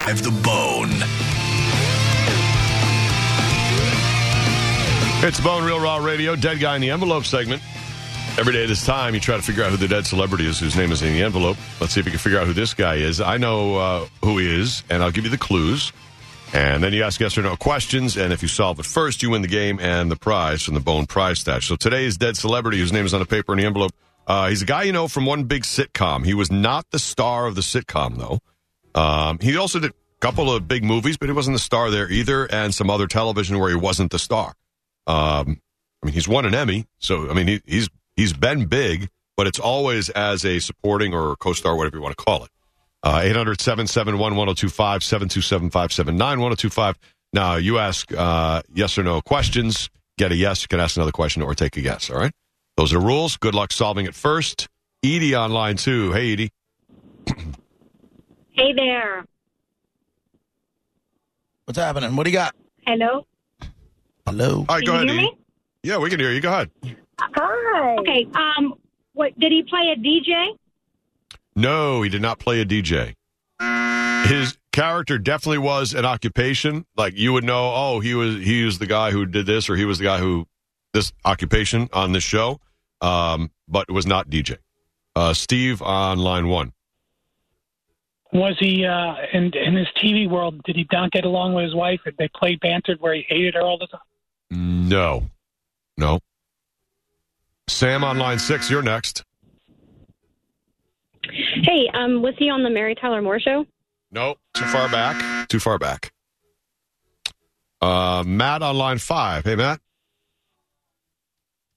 Drive the bone. It's Bone Real Raw Radio, Dead Guy in the Envelope segment. Every day at this time, you try to figure out who the dead celebrity is whose name is in the envelope. Let's see if you can figure out who this guy is. I know uh, who he is, and I'll give you the clues. And then you ask yes or no questions, and if you solve it first, you win the game and the prize from the Bone Prize Stash. So today's dead celebrity, whose name is on the paper in the envelope, uh, he's a guy you know from one big sitcom. He was not the star of the sitcom, though. Um, he also did a couple of big movies, but he wasn't the star there either, and some other television where he wasn't the star. Um, I mean, he's won an Emmy, so I mean, he, he's he's been big, but it's always as a supporting or co-star, whatever you want to call it. Uh, 800-771-1025, 727-579-1025. Now, you ask uh, yes or no questions, get a yes, you can ask another question or take a guess, all right? Those are rules. Good luck solving it first. Edie online, too. Hey, Edie. Hey there. What's happening? What do you got? Hello. Hello. All right, Can go you ahead, hear Edie. me? Yeah, we can hear you. Go ahead. Hi. Okay. Um. What did he play a DJ? No, he did not play a DJ. His character definitely was an occupation. Like you would know, oh, he was he was the guy who did this, or he was the guy who this occupation on this show, um, but was not DJ. Uh, Steve on line one. Was he uh, in in his TV world? Did he not get along with his wife? Did they play bantered where he hated her all the time? No, no. Sam on line six. You're next. Hey, um, was he on the Mary Tyler Moore show? No, too far back. Too far back. Uh, Matt on line five. Hey, Matt.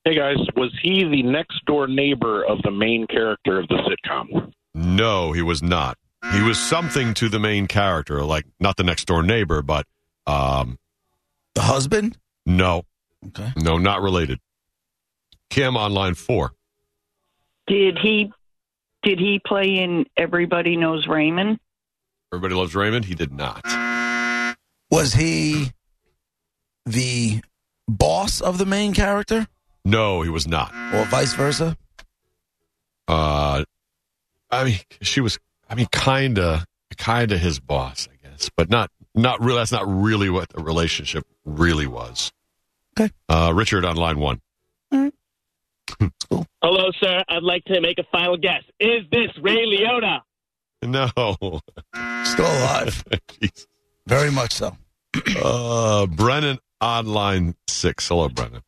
Hey guys, was he the next door neighbor of the main character of the sitcom? No, he was not. He was something to the main character, like not the next door neighbor, but um, The husband? no, Okay. no, not related. Kim on line four. Did he did he play in Everybody Knows Raymond? Everybody loves Raymond. He did not. Was he the boss of the main character No, he was not. or vice versa? Uh, I mean, she was. I mean, kinda, kinda his boss, I guess, but not, not real. That's not really what the relationship really was. Okay. Uh, Richard on line one. Hello, sir. I'd like to make a final guess. Is this Ray Liotta? No. Still alive. Jeez. Very much so. Uh, Brennan on line six. Hello, Brennan.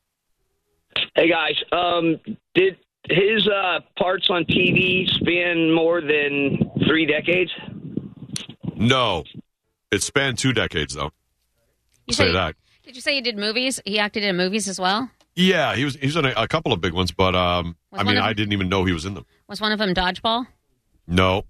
Hey, guys. Um, did his uh, parts on TV span more than three decades? No. It spanned two decades, though. You say say- that. Did you say you did movies? He acted in movies as well. Yeah, he was he was in a, a couple of big ones, but um, Was I one mean, of- I didn't even know he was in them. Was one of them dodgeball? No,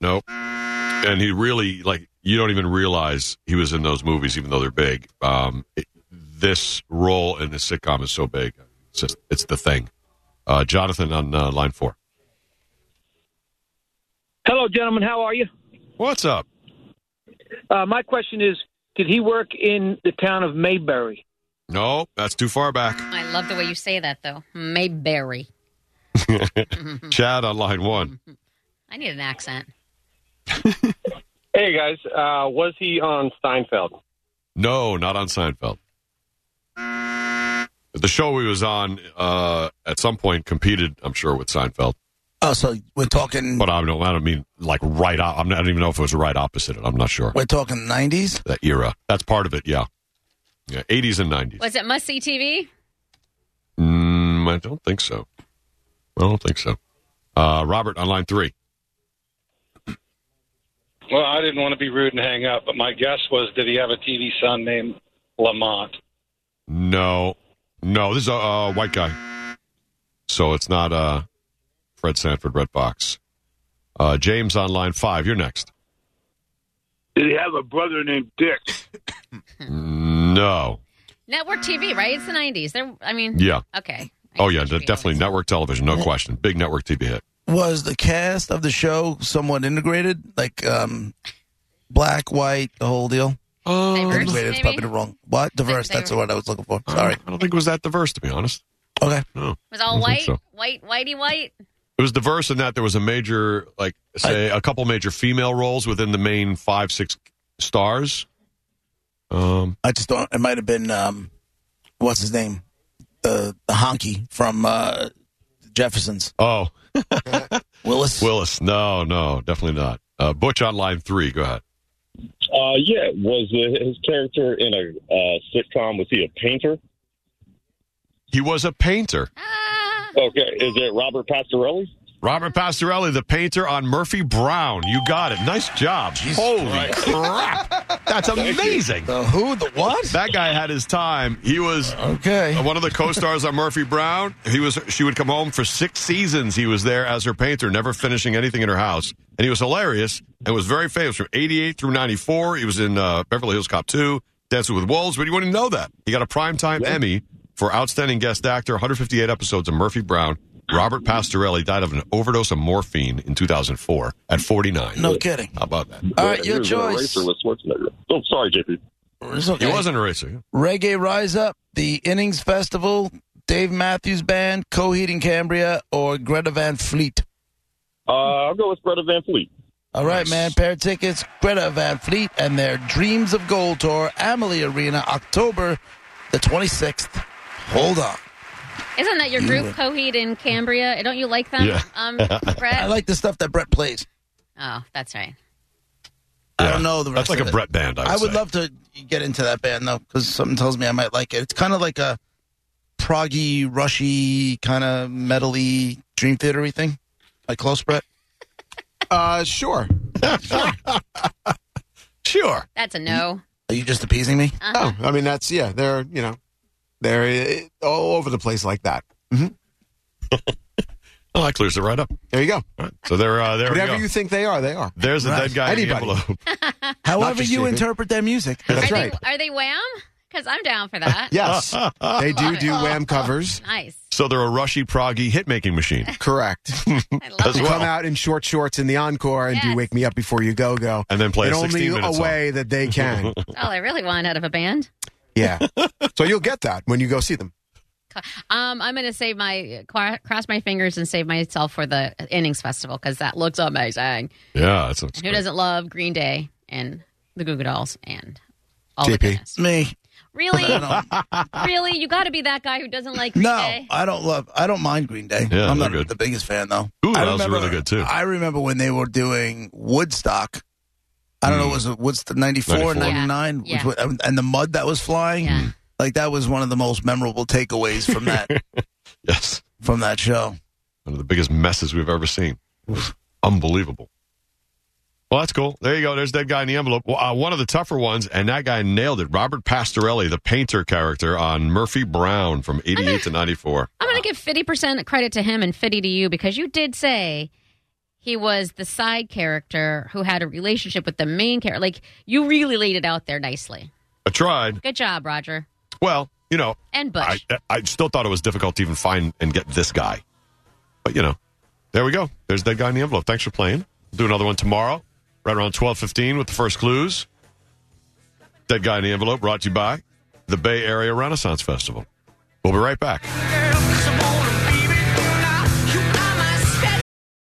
no, and he really like you don't even realize he was in those movies, even though they're big. Um, it- this role in the sitcom is so big, it's just it's the thing. Uh, Jonathan on uh, line four. Hello, gentlemen. How are you? What's up? Uh, my question is, did he work in the town of Mayberry? No, that's too far back. I love the way you say that, though. Mayberry. Hmm. Chad on line one. I need an accent. Hey guys, uh, was he on Steinfeld? No, not on Seinfeld. The show he was on uh, at some point competed, I'm sure, with Seinfeld. Oh, so we're talking But I don't, I don't mean like right. o- I'm not, I don't even know if it was right opposite it. I'm not sure we're talking nineties? that era. That's part of it. Yeah, yeah. 80s and 90s. Was it must see TV? Mm, I don't think so. I don't think so. Uh, Robert on line three. Well, I didn't want to be rude and hang up, but my guess was did he have a TV son named Lamont? No, no. This is a, uh white guy, so it's not uh, Fred Sanford Red Box. Uh, James on line five. You're next. Is Did he have a brother named Dick? No. Network TV, right? It's the 90s. They're, I mean, Yeah. Okay. Oh, yeah, de- definitely network television, no question. Big network TV hit. Was the cast of the show somewhat integrated? Like um, black, white, the whole deal? Oh, integrated maybe? is probably the wrong. What? Diverse. That's the word I was looking for. Sorry. I don't think it was that diverse, to be honest. Okay. No. It was all I don't white, think so. white, whitey, white. It was diverse in that there was a major, like, say, a couple major female roles within the main five, six stars. Um, I just don't. It might have been um, what's his name, the the honky from uh, Jeffersons. Oh, Willis. Willis. No, no, definitely not. Uh, Butch on line three. Go ahead. Uh, yeah, was uh, his character in a uh, sitcom? Was he a painter? He was a painter. Ah. Okay, is it Robert Pastorelli? Robert Pastorelli, the painter on Murphy Brown. You got it. Nice job. Holy crap. That's amazing. The Uh, who, the what? That guy had his time. He was okay. one of the co-stars on Murphy Brown. He was she would come home for 6 seasons. He was there as her painter, never finishing anything in her house. And he was hilarious and was very famous from 88 through 94. He was in uh, Beverly Hills Cop 2, Dancing with Wolves, but you wouldn't know that. He got a primetime Emmy for outstanding guest actor, 158 episodes of Murphy Brown. Robert Pastorelli died of an overdose of morphine in 2004 at 49. No kidding. How about that? All right, Uh, your He was in choice. Eraser with Schwarzenegger. Oh, sorry, JP. okay. He wasn't a racer. Reggae Rise Up, the Innings Festival, Dave Matthews Band, Coheed and Cambria, or Greta Van Fleet. Uh, I'll go with Greta Van Fleet. All right, man. Pair of tickets, Greta Van Fleet and their Dreams of Gold Tour, Amalie Arena, October the 26th. Hold on. Isn't that your You group, would. Coheed and Cambria? Don't you like them? Um, I Brett? like the stuff that Brett plays. oh, that's right. I don't know the That's rest like of a it. Brett band, I would say. love to get into that band, though, because something tells me I might like it. It's kind of like a proggy, rushy, kind of metally dream theatery thing. Like close, Brett? Uh, sure. sure. That's a no. Are you just appeasing me? Uh-huh. Oh, I mean that's yeah. They're you know, they're uh, all over the place like that. hmm Oh, that clears it right up. There you go. All right, So there, uh, there we Whatever go. you think they are, they are. There's a Right. dead guy in Anybody. the envelope. However just you David. interpret that music. That's are, right. they, are they wham? Because I'm down for that. Yes, they Love do it. do wham covers. Nice. So they're a rushy, proggy hit making machine. Correct. As They well. come out in short shorts in the encore and do "Wake Me Up Before You Go Go," And then play a in 16 only minute a song. way that they can. All I really want out of a band. yeah, so you'll get that when you go see them. Um, I'm going to save my cro- cross my fingers and save myself for the innings festival because that looks amazing. Yeah, that's Who doesn't love Green Day and the Goo Goo Dolls and all the JP. goodness? Me. Really, I don't- really, you got to be that guy who doesn't like Green No, Day. I don't love. I don't mind Green Day. Yeah, I'm they're not good. the biggest fan though. Ooh, I that was really good, too. I remember when they were doing Woodstock. I Mm. don't know, was it what's the 94, 94. 99? Yeah, Which was- and the mud that was flying. Yeah. Like that was one of the most memorable takeaways from that Yes. from that show. One of the biggest messes we've ever seen. Unbelievable. Well, that's cool. There you go. There's that guy in the envelope. Well, uh, one of the tougher ones, and that guy nailed it. Robert Pastorelli, the painter character on Murphy Brown from 88 to 94. I'm going to give fifty percent credit to him and fifty to you because you did say he was the side character who had a relationship with the main character. Like you really laid it out there nicely. I tried. Good job, Roger Well, you know, and Bush. I, I still thought it was difficult to even find and get this guy. But, you know, there we go. There's that guy in the envelope. Thanks for playing. We'll do another one tomorrow, right around 12.15 with the first clues. Dead Guy in the Envelope brought to you by the Bay Area Renaissance Festival. We'll be right back.